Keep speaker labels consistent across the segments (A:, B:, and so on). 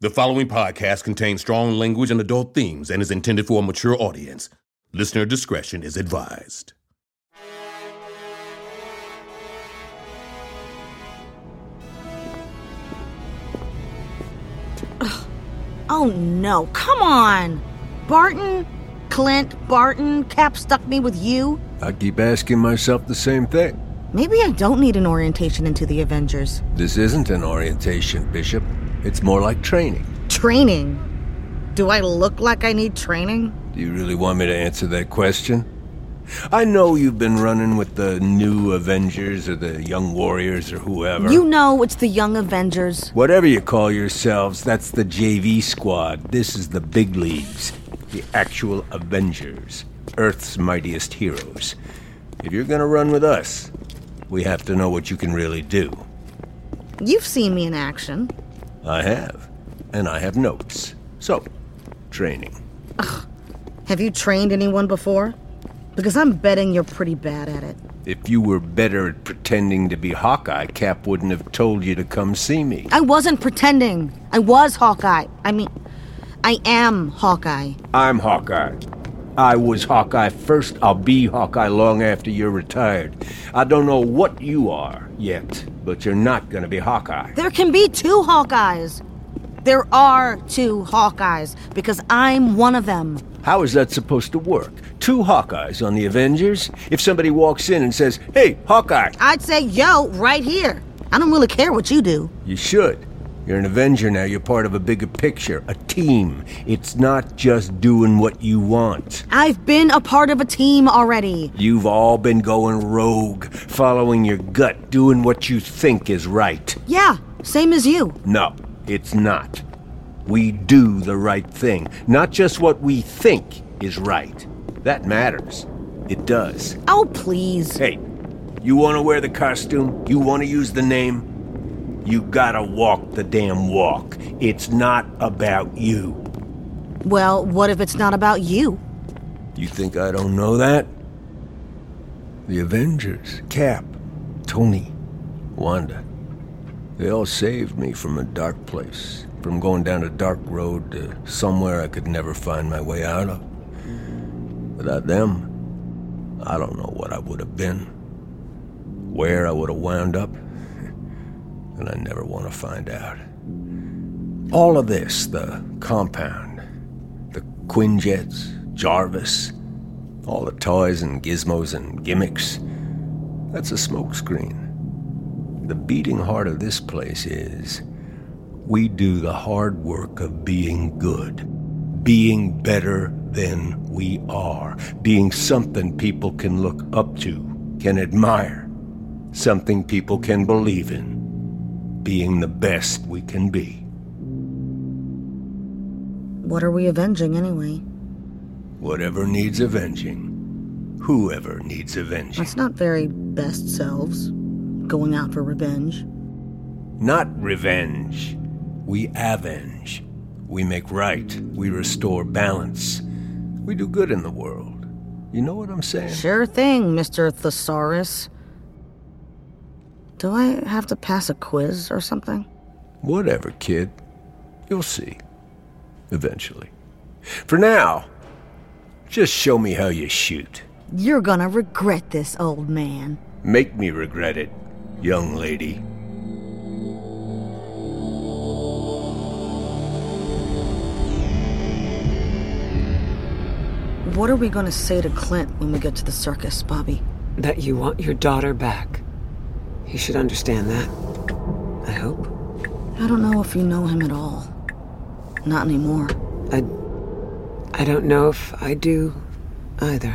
A: The following podcast contains strong language and adult themes and is intended for a mature audience. Listener discretion is advised.
B: Oh no, come on! Barton? Clint, Barton, Cap stuck me with you?
C: I keep asking myself the same thing.
B: Maybe I don't need an orientation into the Avengers.
C: This isn't an orientation, Bishop. It's more like training.
B: Training? Do I look like I need training?
C: Do you really want me to answer that question? I know you've been running with the new Avengers or the Young Warriors or whoever.
B: You know it's the Young Avengers.
C: Whatever you call yourselves, that's the JV squad. This is the big leagues. The actual Avengers. Earth's mightiest heroes. If you're gonna run with us, we have to know what you can really do.
B: You've seen me in action.
C: I have. And I have notes. So, training.
B: Have you trained anyone before? Because I'm betting you're pretty bad at it.
C: If you were better at pretending to be Hawkeye, Cap wouldn't have told you to come see me.
B: I wasn't pretending. I was Hawkeye. I mean, I am Hawkeye.
C: I'm Hawkeye. I was Hawkeye first. I'll be Hawkeye long after you're retired. I don't know what you are yet, but you're not going to be Hawkeye.
B: There can be two Hawkeyes. There are two Hawkeyes because I'm one of them.
C: How is that supposed to work? Two Hawkeyes on the Avengers? If somebody walks in and says, Hey, Hawkeye,
B: I'd say, yo, right here. I don't really care what you do.
C: you should. You're an Avenger now. You're part of a bigger picture, a team. It's not just doing what you want.
B: I've been a part of a team already.
C: You've all been going rogue, following your gut, doing what you think is right.
B: Yeah, same as you.
C: No, it's not. We do the right thing, not just what we think is right. That matters. It does.
B: Oh, please.
C: Hey, you want to wear the costume? You want to use the name? You gotta walk the damn walk. It's not about you.
B: Well, what if it's not about you?
C: You think I don't know that? The Avengers, Cap, Tony, Wanda. They all saved me from a dark place, from going down a dark road to somewhere I could never find my way out of. Without them, I don't know what I would have been, where I would have wound up, and I never want to find out. All of this, the compound, the Quinjets, Jarvis, all the toys and gizmos and gimmicks. That's a smokescreen. The beating heart of this place is we do the hard work of being good, being better than we are, being something people can look up to, can admire, something people can believe in, being the best we can be.
B: What are we avenging anyway?
C: Whatever needs avenging, whoever needs avenging.
B: That's not very best selves. Going out for revenge.
C: Not revenge. We avenge. We make right. We restore balance. We do good in the world. You know what I'm saying?
B: Sure thing, Mr. Thesaurus. Do I have to pass a quiz or something?
C: Whatever, kid. You'll see. Eventually. For now, just show me how you shoot.
B: You're gonna regret this, old man.
C: Make me regret it, young lady.
B: What are we gonna say to Clint when we get to the circus, Bobby?
D: that you want your daughter back. He should understand that. I hope.
B: I don't know if you know him at all. Not anymore.
D: I. I don't know if I do either.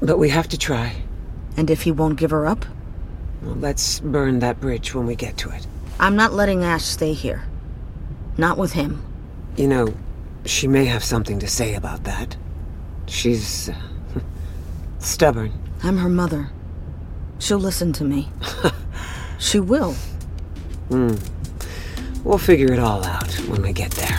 D: But we have to try.
B: And if he won't give her up,
D: Well, let's burn that bridge when we get to it.
B: I'm not letting Ash stay here. Not with him.
D: You know, she may have something to say about that. She's. uh, stubborn.
B: I'm her mother. She'll listen to me. she will.
D: Hmm. We'll figure it all out when we get there.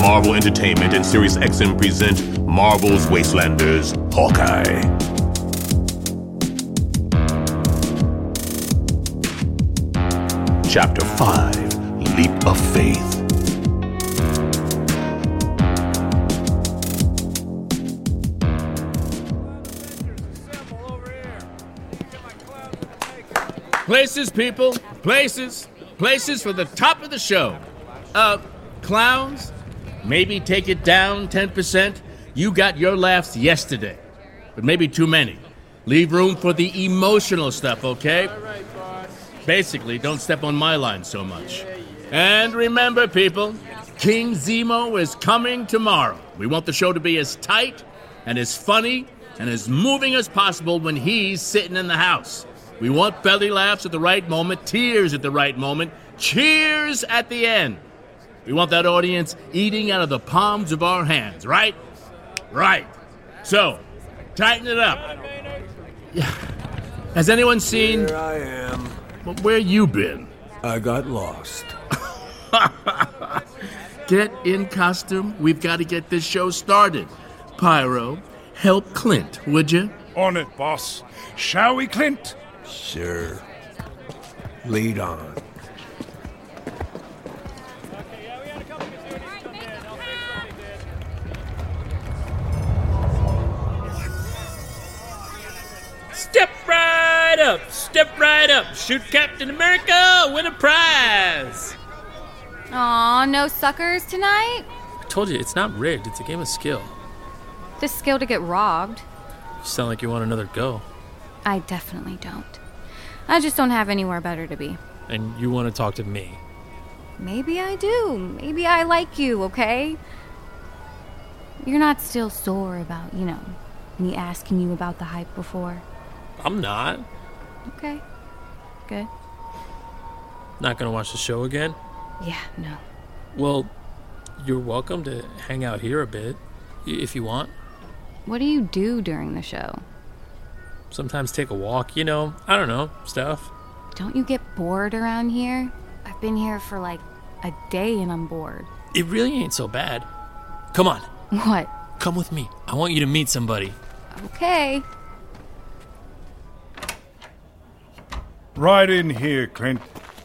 A: Marvel Entertainment and Sirius XM present Marvel's Wastelanders Hawkeye. Chapter 5 Leap of Faith.
E: Places, people, places, places for the top of the show. Uh, clowns, maybe take it down 10%. You got your laughs yesterday, but maybe too many. Leave room for the emotional stuff, okay? Basically, don't step on my line so much. And remember, people, King Zemo is coming tomorrow. We want the show to be as tight and as funny and as moving as possible when he's sitting in the house. We want belly laughs at the right moment, tears at the right moment, cheers at the end. We want that audience eating out of the palms of our hands, right? Right. So, tighten it up. Yeah. Has anyone seen
C: Here I am.
E: well, where you been?
C: I got lost.
E: Get in costume. We've got to get this show started. Pyro, help Clint, would you?
F: On it, boss. Shall we, Clint?
C: Sure. Lead on.
G: Step right up, step right up. Shoot Captain America, win a prize.
H: Aw, no suckers tonight?
G: I told you, it's not rigged. It's a game of skill.
H: The skill to get robbed.
G: You sound like you want another go,
H: I definitely don't. I just don't have anywhere better to be.
G: and you want to talk to me.
H: Maybe I do. Maybe I like you, okay? You're not still sore about, you know, me asking you about the hype before.
G: I'm not.
H: Okay. Good.
G: Not gonna watch the show again.
H: Yeah, no.
G: Well, you're welcome to hang out here a bit, i- if you want.
H: What do you do during the show?
G: Sometimes take a walk. You know, I don't know stuff.
H: Don't you get bored around here? I've been here for like a day and I'm bored.
G: It really ain't so bad. Come on,
H: What?
G: come with me. I want you to meet somebody.
H: Okay.
F: Right in here, Clint.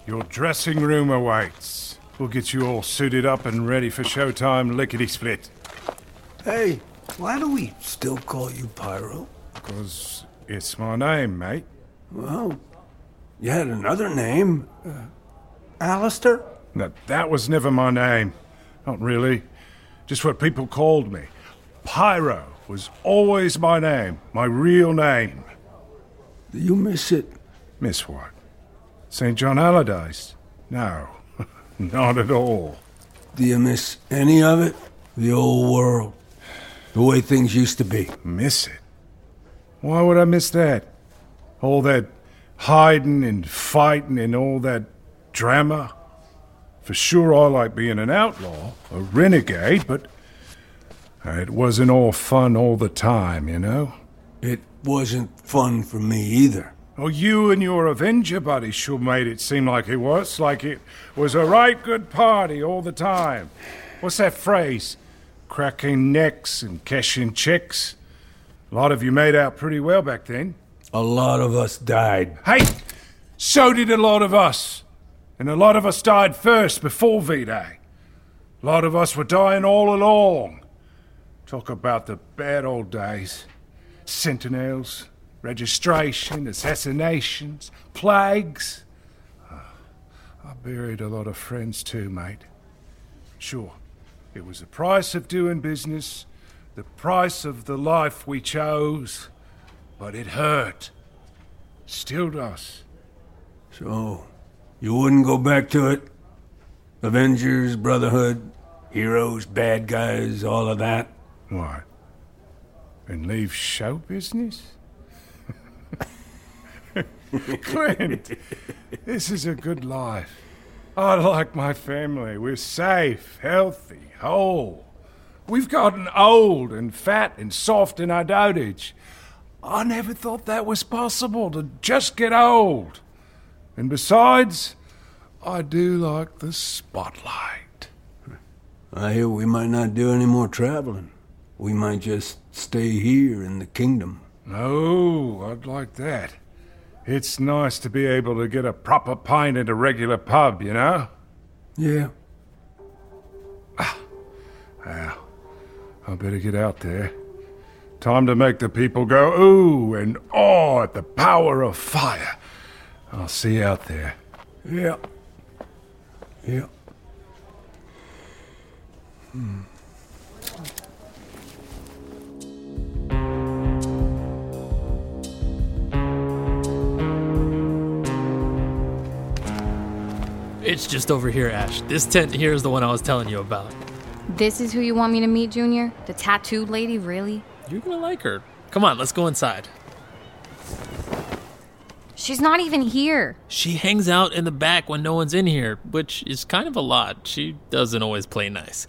F: Your dressing room awaits. We'll get you all suited up and ready for showtime lickety split.
C: Hey, why do we still call you Pyro?
F: Because it's my name, mate.
C: Well, you had another name. Uh, Alistair?
F: Now, that was never my name. Not really. Just what people called me. Pyro was always my name, my real name.
C: Do you miss it?
F: Miss what? St. John Allardyce? No, not at all.
C: Do you miss any of it? The old world. The way things used to be.
F: Miss it? Why would I miss that? All that hiding and fighting and all that drama? For sure, I like being an outlaw, a renegade, but uh, it wasn't all fun all the time, you know?
C: It wasn't fun for me either.
F: Oh, you and your Avenger buddy sure made it seem like it was, like it was a right good party all the time. What's that phrase? Cracking necks and cashing checks. A lot of you made out pretty well back then.
C: A lot of us died.
F: Hey, so did a lot of us. And a lot of us died first before V Day. A lot of us were dying all along. Talk about the bad old days sentinels, registration, assassinations, plagues. Ah, I buried a lot of friends too, mate. Sure, it was the price of doing business, the price of the life we chose, but it hurt. Still does.
C: So, you wouldn't go back to it? Avengers, Brotherhood, heroes, bad guys, all of that?
F: Why? And leave show business? Clint, this is a good life. I like my family. We're safe, healthy, whole. We've gotten old and fat and soft in our dotage. I never thought that was possible to just get old. And besides, I do like the spotlight.
C: I hear we might not do any more traveling. We might just stay here in the kingdom.
F: No, I'd like Oh, that. It's nice to be able to get a proper pint at a regular pub, you know?
C: Yeah.
F: Ah, I better get out there. Time to make the people go ooh and awe Oh, at the power of fire. I'll see you out there.
C: Yeah. Yeah.
I: It's just over here, Ash. This tent here is the one I was telling you about.
H: This is who you want me to meet, Junior? The tattooed lady, really?
I: You're gonna like her. Come on, let's go inside.
H: She's not even here.
I: She hangs out in the back when no one's in here, which is kind of a lot. She doesn't always play nice.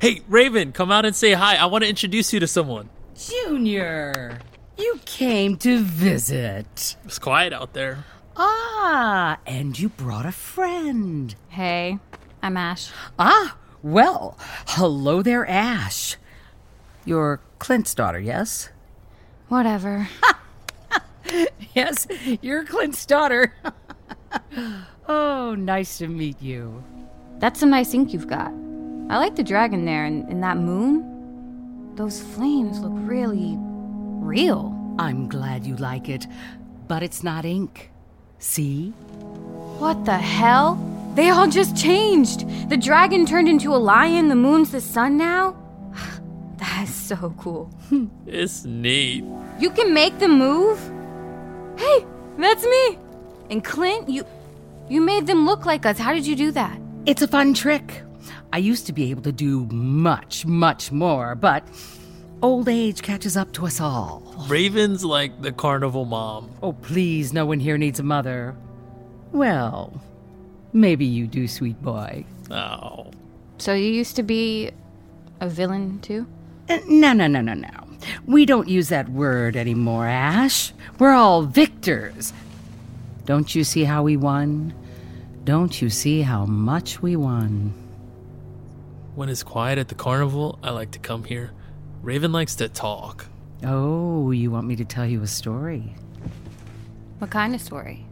I: Hey, Raven, come out and say hi. I want to introduce you to someone.
J: Junior, you came to visit.
I: It's quiet out there.
J: Ah, and you brought a friend.
H: Hey, I'm Ash.
J: Ah, well, hello there, Ash. You're Clint's daughter, yes?
H: Whatever.
J: Yes, you're Clint's daughter. oh, nice to meet you.
H: That's some nice ink you've got. I like the dragon there and, and that moon. Those flames look really real.
J: I'm glad you like it, but it's not ink. See?
H: What the hell? They all just changed. The dragon turned into a lion, the moon's the sun now. That is so cool.
I: It's neat.
H: You can make them move? Hey, that's me. And Clint, you you made them look like us. How did you do that?
J: It's a fun trick. I used to be able to do much, much more, but old age catches up to us all.
I: Raven's like the carnival mom.
J: Oh, please, no one here needs a mother. Well, maybe you do, sweet boy.
I: Oh.
H: So you used to be a villain too?
J: Uh, No, no, no, no, no. We don't use that word anymore, Ash. We're all victors. Don't you see how we won? Don't you see how much we won?
I: When it's quiet at the carnival, I like to come here. Raven likes to talk.
J: Oh, you want me to tell you a story?
H: What kind of story?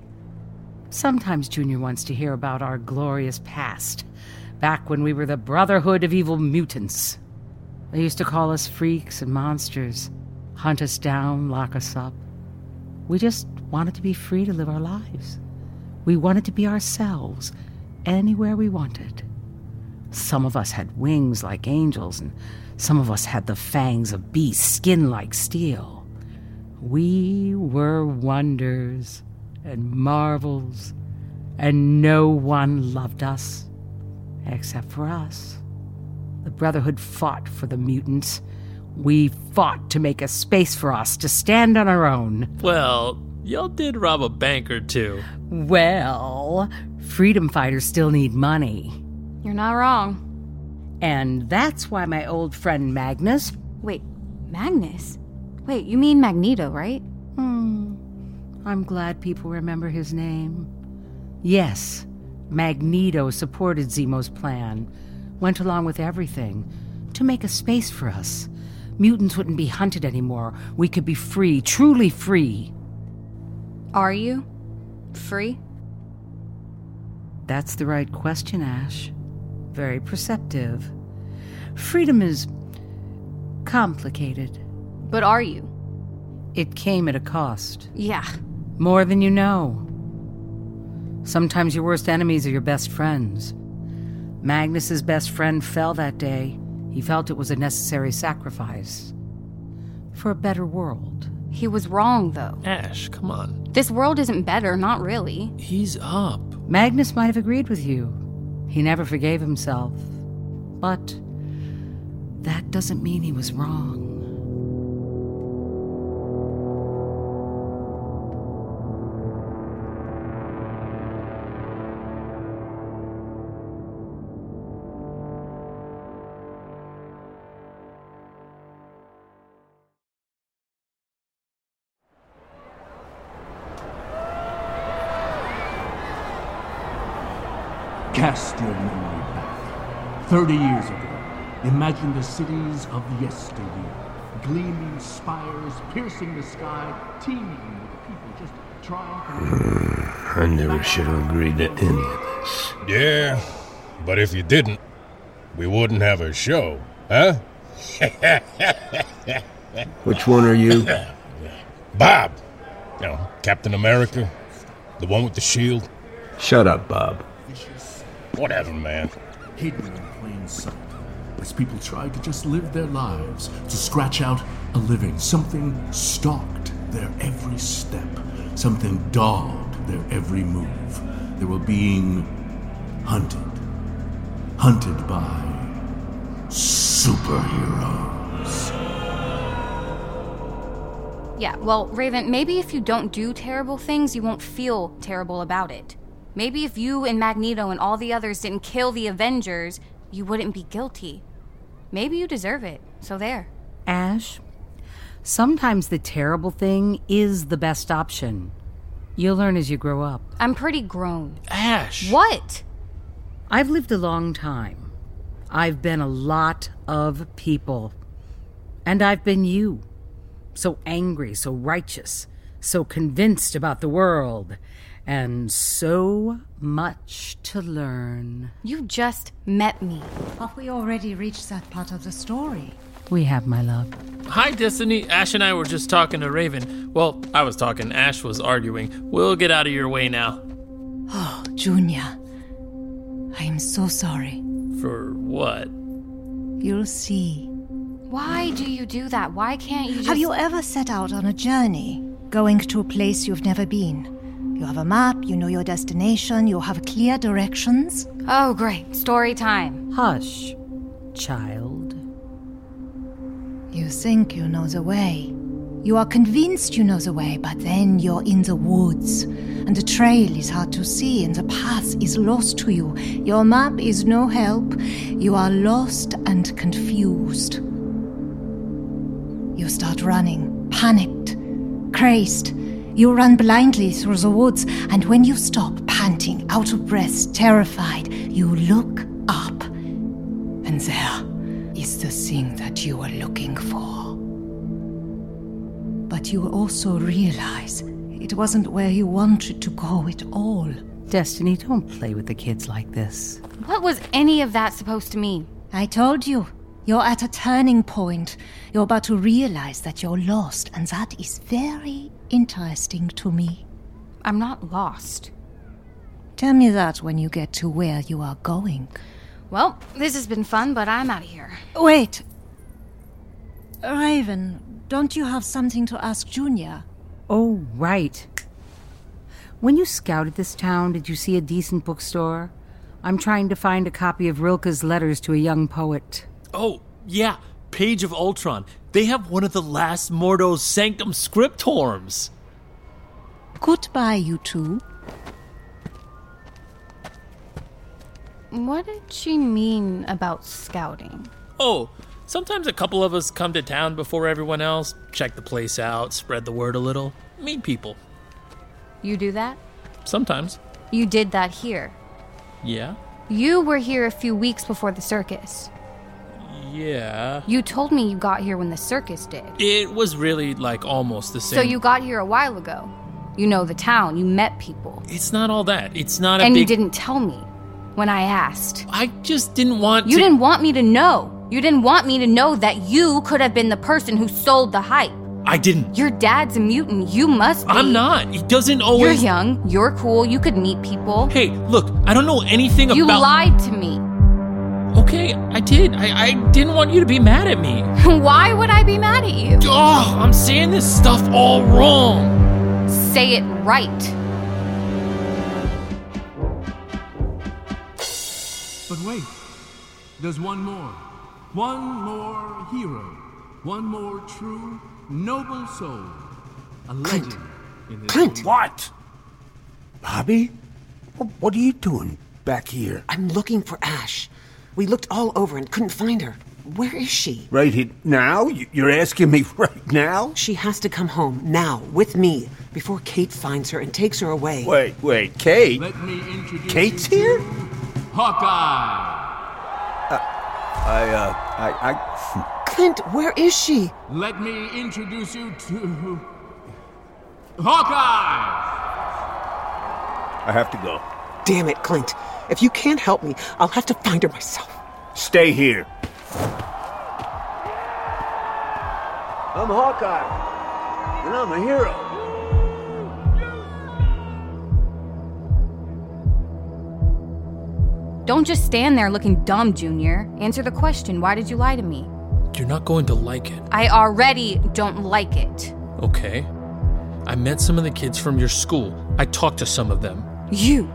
J: Sometimes Junior wants to hear about our glorious past, back when we were the Brotherhood of Evil Mutants. They used to call us freaks and monsters, hunt us down, lock us up. We just wanted to be free to live our lives. We wanted to be ourselves, anywhere we wanted. Some of us had wings like angels, and some of us had the fangs of beasts, skin like steel. We were wonders and marvels, and no one loved us except for us. The Brotherhood fought for the mutants. We fought to make a space for us to stand on our own.
I: Well, y'all did rob a bank or two.
J: Well, freedom fighters still need money.
H: You're not wrong.
J: And that's why my old friend Magnus,
H: Wait, Magnus? Wait, you mean Magneto, right?
J: Hmm. I'm glad people remember his name. Yes, Magneto supported Zemo's plan, went along with everything to make a space for us. Mutants wouldn't be hunted anymore. We could be free, truly free.
H: Are you free?
J: That's the right question, Ash. Very perceptive. Freedom is complicated.
H: But are you?
J: It came at a cost.
H: Yeah.
J: More than you know. Sometimes your worst enemies are your best friends. Magnus's best friend fell that day. He felt it was a necessary sacrifice for a better world.
H: He was wrong, though.
I: Ash, come on.
H: This world isn't better, not really.
I: He's up.
J: Magnus might have agreed with you. He never forgave himself. But that doesn't mean he was wrong.
K: Cast your memory back. Thirty years ago, imagine the cities of yesteryear gleaming spires piercing the sky, teeming with people just trying to.
C: I never should have agreed to any of this.
L: Yeah, but if you didn't, we wouldn't have a show, huh?
C: Which one are you?
L: Bob! You know, Captain America, the one with the shield.
C: Shut up, Bob.
L: Whatever, man.
K: hidden in plain sight as people tried to just live their lives, to scratch out a living. Something stalked their every step, something dogged their every move. They were being hunted, hunted by superheroes.
H: Yeah, well, Raven, maybe if you don't do terrible things, you won't feel terrible about it. Maybe if you and Magneto and all the others didn't kill the Avengers, you wouldn't be guilty. Maybe you deserve it, so there.
J: Ash, sometimes the terrible thing is the best option. You'll learn as you grow up.
H: I'm pretty grown.
I: Ash!
H: What?
J: I've lived a long time. I've been a lot of people. And I've been you. So angry, so righteous, so convinced about the world, and so much to learn.
H: You just met me.
M: Have we already reached that part of the story?
J: We have, my love.
I: Hi, Destiny. Ash and I were just talking to Raven. Well, I was talking, Ash was arguing. We'll get out of your way now.
M: Oh, Junior. I am so sorry.
I: For what?
M: You'll see.
H: Why do you do that? Why can't you just.
M: Have you ever set out on a journey, going to a place you've never been? You have a map, you know your destination, you have clear directions.
H: Oh, great. Story time.
J: Hush, child.
M: You think you know the way. You are convinced you know the way, but then you're in the woods, and the trail is hard to see, and the path is lost to you. Your map is no help. You are lost and confused. You start running, panicked, crazed. You run blindly through the woods, and when you stop, panting, out of breath, terrified, you look up. And there is the thing that you were looking for. But you also realize it wasn't where you wanted to go at all.
J: Destiny, don't play with the kids like this.
H: What was any of that supposed to mean?
M: I told you. You're at a turning point. You're about to realize that you're lost, and that is very interesting to me.
H: I'm not lost.
M: Tell me that when you get to where you are going.
H: Well, this has been fun, but I'm out of here.
M: Wait. Raven, don't you have something to ask Junior?
J: Oh, right. When you scouted this town, did you see a decent bookstore? I'm trying to find a copy of Rilke's letters to a young poet.
I: Oh, yeah, Page of Ultron. They have one of the last Mordo Sanctum Scriptorms.
M: Goodbye, you two.
H: What did she mean about scouting?
I: Oh, sometimes a couple of us come to town before everyone else, check the place out, spread the word a little, meet people.
H: You do that?
I: Sometimes.
H: You did that here.
I: Yeah.
H: You were here a few weeks before the circus.
I: Yeah.
H: You told me you got here when the circus did.
I: It was really like almost the same.
H: So you got here a while ago. You know the town, you met people.
I: It's not all that. It's not a
H: and
I: big.
H: you didn't tell me when I asked.
I: I just didn't want
H: You
I: to-
H: didn't want me to know. You didn't want me to know that you could have been the person who sold the hype.
I: I didn't.
H: Your dad's a mutant. You must be.
I: I'm not. He doesn't
H: You're
I: always.
H: young. You're cool. You could meet people.
I: Hey, look. I don't know anything
H: you
I: about.
H: lied to me.
I: Okay, I did. I, I didn't want you to be mad at me.
H: Why would I be mad at you?
I: Oh, I'm saying this stuff all wrong.
H: Say it right.
K: But wait, there's one more. One more hero. One more true, noble soul. A legend in this
N: Clint!
F: What?
N: Bobby? Wh- What are you doing back here?
O: I'm looking for Ash. We looked all over and couldn't find her. Where is she?
N: Right here now? You- You're asking me right now?
O: She has to come home now with me before Kate finds her and takes her away.
N: Wait, wait, Kate?
O: Let me introduce
N: Kate's here?
K: Hawkeye!
N: I, uh, I, I.
O: Clint, where is she?
E: Let me introduce you to. Hawkeye!
N: I have to go.
O: Damn it, Clint. If you can't help me, I'll have to find her myself.
N: Stay here.
C: I'm Hawkeye, and I'm a hero.
H: Don't just stand there looking dumb, Junior. Answer the question why did you lie to me?
I: You're not going to like it.
H: I already don't like it.
I: Okay. I met some of the kids from your school. I talked to some of them.
H: You.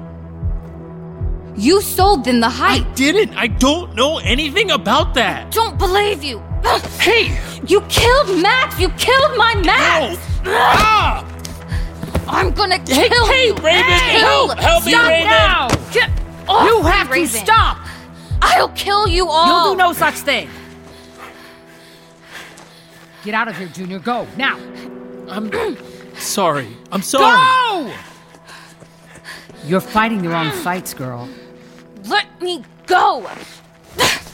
H: You sold them the hype.
I: Didn't. I don't know anything about that.
H: don't believe you. Hey! You killed Max! You killed my Max! I'm gonna
G: Hey,
H: kill
G: hey,
H: you!
G: Raven, help, help me,
H: stop
G: Raven.
H: Now! Get off
P: You
H: me,
P: have to
H: Raven.
P: stop.
H: I'll kill you all!
P: You'll do no such thing. Get out of here, Junior. Go now.
I: I'm sorry. I'm sorry.
P: Go.
J: You're fighting the wrong fights, girl.
H: Let me go!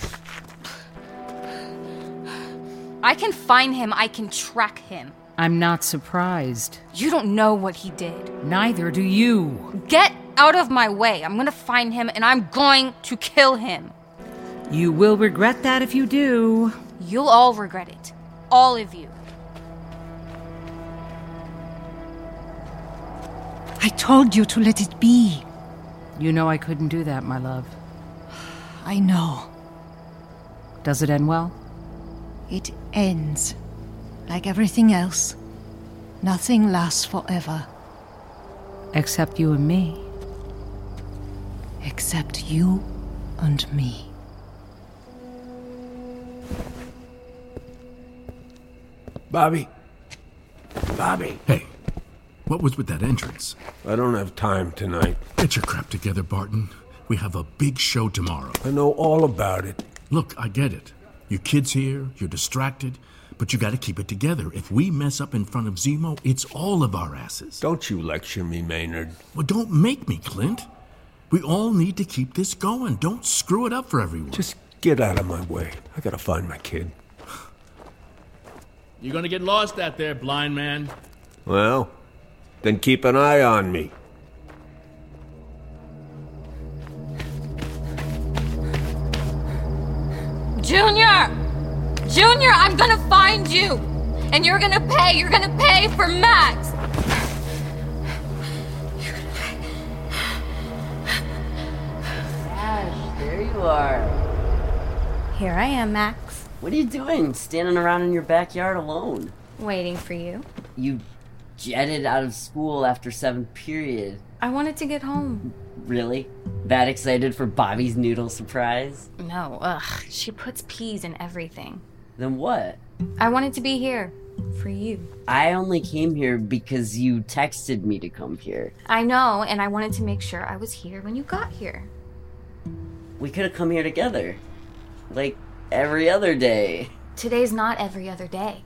H: I can find him. I can track him.
J: I'm not surprised.
H: You don't know what he did.
J: Neither do you.
H: Get out of my way. I'm gonna find him and I'm going to kill him.
J: You will regret that if you do.
H: You'll all regret it. All of you.
M: I told you to let it be.
J: You know I couldn't do that, my love.
M: I know.
J: Does it end well?
M: It ends. Like everything else. Nothing lasts forever,
J: Except you and me.
M: except you and me.
C: Bobby. Bobby.
K: Hey, what was with that entrance?
C: I don't have time tonight.
K: Get your crap together, Barton. We have a big show tomorrow.
C: I know all about it.
K: Look, I get it. Your kid's here, you're distracted, but you gotta keep it together. If we mess up in front of Zemo, it's all of our asses.
C: Don't you lecture me, Maynard.
K: Well, don't make me, Clint. We all need to keep this going. Don't screw it up for everyone.
C: Just get out of my way. I gotta find my kid.
E: You're gonna get lost out there, blind man.
C: Well, then keep an eye on me.
H: Junior! Junior, I'm gonna find you! And you're gonna pay. You're gonna pay for Max!
Q: Ash, there you are.
H: Here I am, Max.
Q: What are you doing standing around in your backyard alone?
H: Waiting for you.
Q: You jetted out of school after seventh period.
H: I wanted to get home.
Q: Really? That excited for Bobby's noodle surprise?
H: No, ugh. She puts peas in everything.
Q: Then what?
H: I wanted to be here. For you.
Q: I only came here because you texted me to come here.
H: I know, and I wanted to make sure I was here when you got here.
Q: We could have come here together. Like every other day.
H: Today's not every other day.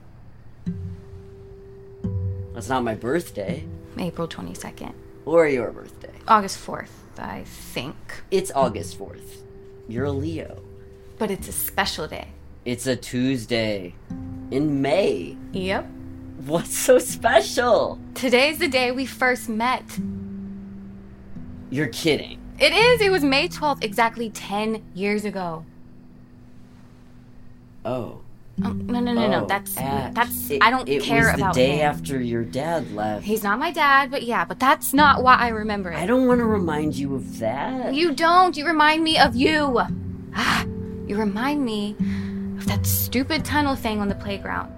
Q: That's not my birthday.
H: April 22nd.
Q: Or your birthday.
H: August 4th, I think.
Q: It's August 4th. You're a Leo.
H: But it's a special day.
Q: It's a Tuesday. In May.
H: Yep.
Q: What's so special?
H: Today's the day we first met.
Q: You're kidding.
H: It is. It was May 12th, exactly 10 years ago.
Q: Oh.
H: Oh, no, no, no, no.
Q: Oh,
H: That's
Q: Ash.
H: that's.
Q: It-
H: I don't
Q: it
H: care
Q: was the
H: about
Q: day
H: him.
Q: after your dad left.
H: He's not my dad, but yeah, but that's not why I remember it.
Q: I don't want to remind you of that.
H: You don't. You remind me of you. Ah, you remind me of that stupid tunnel thing on the playground.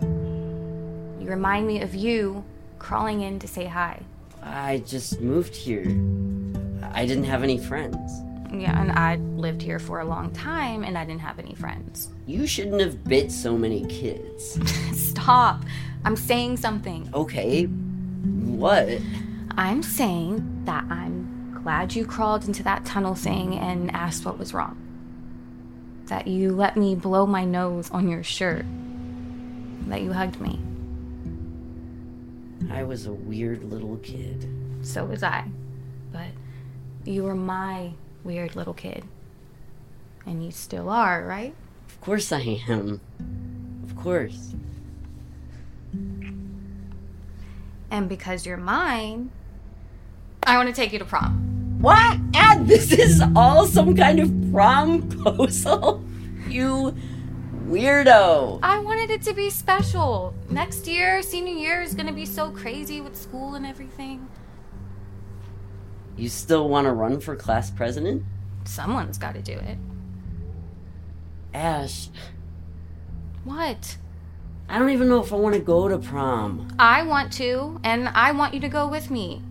H: You remind me of you crawling in to say hi.
Q: I just moved here. I didn't have any friends.
H: Yeah, and I lived here for a long time and I didn't have any friends.
Q: You shouldn't have bit so many kids.
H: Stop. I'm saying something.
Q: Okay. What?
H: I'm saying that I'm glad you crawled into that tunnel thing and asked what was wrong. That you let me blow my nose on your shirt. That you hugged me.
Q: I was a weird little kid.
H: So was I. But you were my weird little kid. And you still are, right?
Q: Of course I am. Of course.
H: And because you're mine, I want to take you to prom.
Q: What? And this is all some kind of promposal? you weirdo.
H: I wanted it to be special. Next year, senior year is going to be so crazy with school and everything.
Q: You still want to run for class president?
H: Someone's got to do it.
Q: Ash,
H: What?
Q: I don't even know if I want to go to prom.
H: I want to, and I want you to go with me.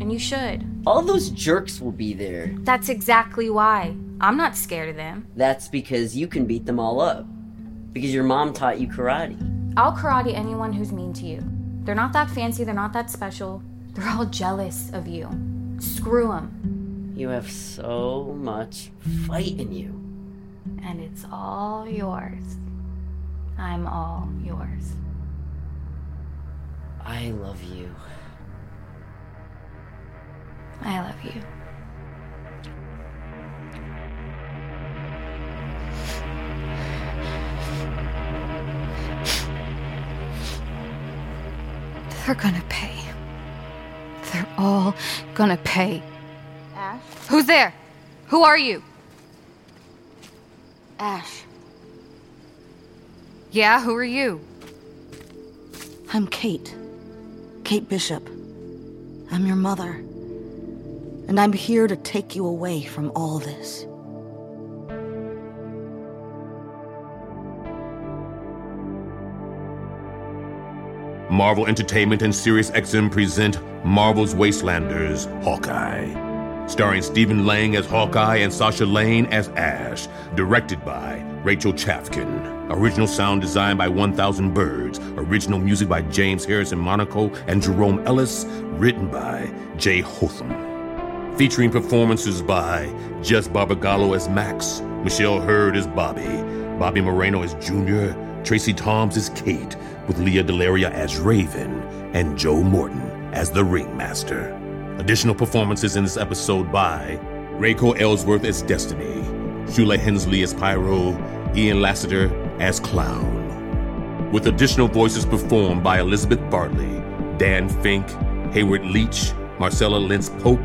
H: And you should.
Q: All those jerks will be there.
H: That's exactly why. I'm not scared of them.
Q: That's because you can beat them all up. Because your mom taught you karate.
H: I'll karate anyone who's mean to you. They're not that fancy, they're not that special. They're all jealous of you. Screw them.
Q: You have so much fight in you.
H: And it's all yours. I'm all yours.
Q: I love you.
H: I love you.
M: They're gonna pay. They're all gonna pay.
B: Ash?
H: Who's there? Who are you?
B: Ash,
H: Yeah, who are you?
B: I'm Kate. Kate Bishop. I'm your mother. And I'm here to take you away from all this.
A: Marvel Entertainment and Sirius XM present Marvel's Wastelanders Hawkeye. Starring Stephen Lang as Hawkeye and Sasha Lane as Ash. Directed by Rachel Chafkin. Original sound design by 1000 Birds. Original music by James Harrison Monaco and Jerome Ellis. Written by Jay Hotham. Featuring performances by Jess Barbagallo as Max, Michelle Hurd as Bobby, Bobby Moreno as Junior, Tracy Toms as Kate, with Leah Delaria as Raven, and Joe Morton as the Ringmaster. Additional performances in this episode by Rayco Ellsworth as Destiny, Shula Hensley as Pyro, Ian Lasseter as Clown with additional voices performed by Elizabeth Bartley, Dan Fink, Hayward Leach, Marcella Lentz Pope,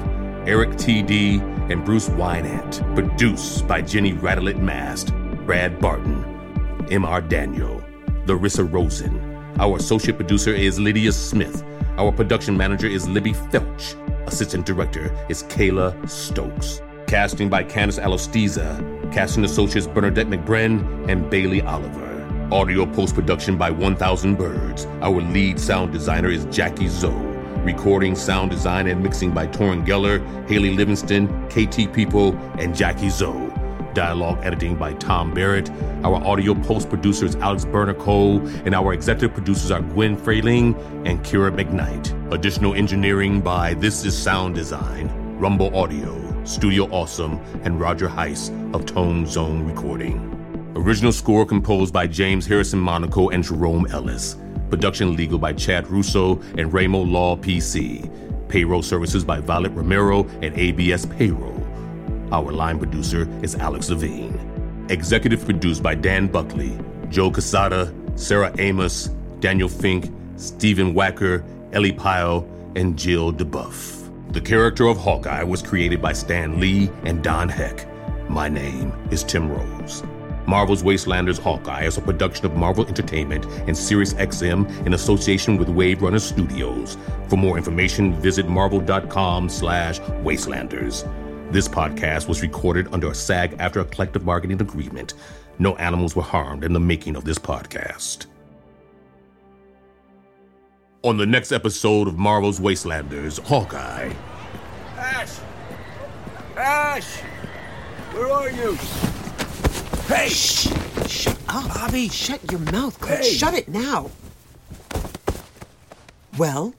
A: Eric T.D., and Bruce Wynant. Produced by Jenny Radelet Mast, Brad Barton, M.R. Daniel, Larissa Rosen. Our associate producer is Lydia Smith. Our production manager is Libby Felch. Assistant director is Kayla Stokes. Casting by Candice Alosteza. Casting associates Bernadette McBren and Bailey Oliver. Audio post production by 1000 Birds. Our lead sound designer is Jackie Zoe. Recording, sound design, and mixing by Torin Geller, Haley Livingston, KT People, and Jackie Zoe. Dialogue editing by Tom Barrett. Our audio post producer is Alex Bernicole, and our executive producers are Gwen Frayling and Kira McKnight. Additional engineering by This Is Sound Design, Rumble Audio, Studio Awesome, and Roger Heiss of Tone Zone Recording. Original score composed by James Harrison Monaco and Jerome Ellis. Production legal by Chad Russo and Ramo Law PC. Payroll services by Violet Romero and ABS Payroll. Our line producer is Alex Levine. Executive produced by Dan Buckley, Joe Casada, Sarah Amos, Daniel Fink, Stephen Wacker, Ellie Pyle, and Jill DeBuff. The character of Hawkeye was created by Stan Lee and Don Heck. My name is Tim Rose. Marvel's Wastelanders Hawkeye is a production of Marvel Entertainment and Sirius XM in association with Wave Runner Studios. For more information, visit marvel.com slash wastelanders. This podcast was recorded under a SAG after a collective bargaining agreement. No animals were harmed in the making of this podcast. On the next episode of Marvel's Wastelanders, Hawkeye.
N: Ash! Ash! Where are you? Hey! Shh!
O: Shut up. Bobby, shut your mouth. Quick,
N: Hey.
O: shut it now. Well,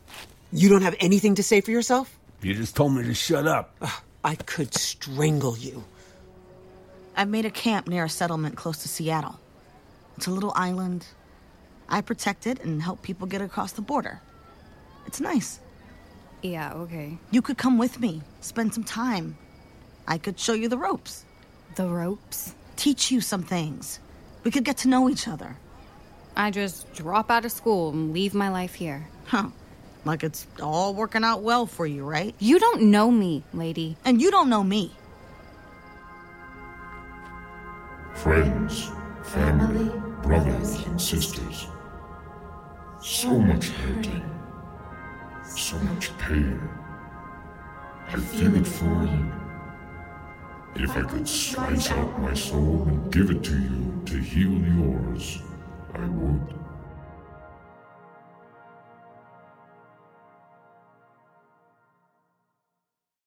O: you don't have anything to say for yourself?
C: You just told me to shut up.
O: I could strangle you.
B: I've made a camp near a settlement close to Seattle. It's a little island. I protect it and help people get across the border. It's nice.
H: Yeah, okay.
B: You could come with me, spend some time. I could show you the ropes.
H: The ropes?
B: Teach you some things. We could get to know each other.
H: I just drop out of school and leave my life here.
B: Huh. Like it's all working out well for you, right?
H: You don't know me, lady.
B: And you don't know me.
R: Friends, family, brothers, and sisters. So much hurting. So much pain. I feel it for you. If I could slice out my soul and give it to you to heal yours, I would.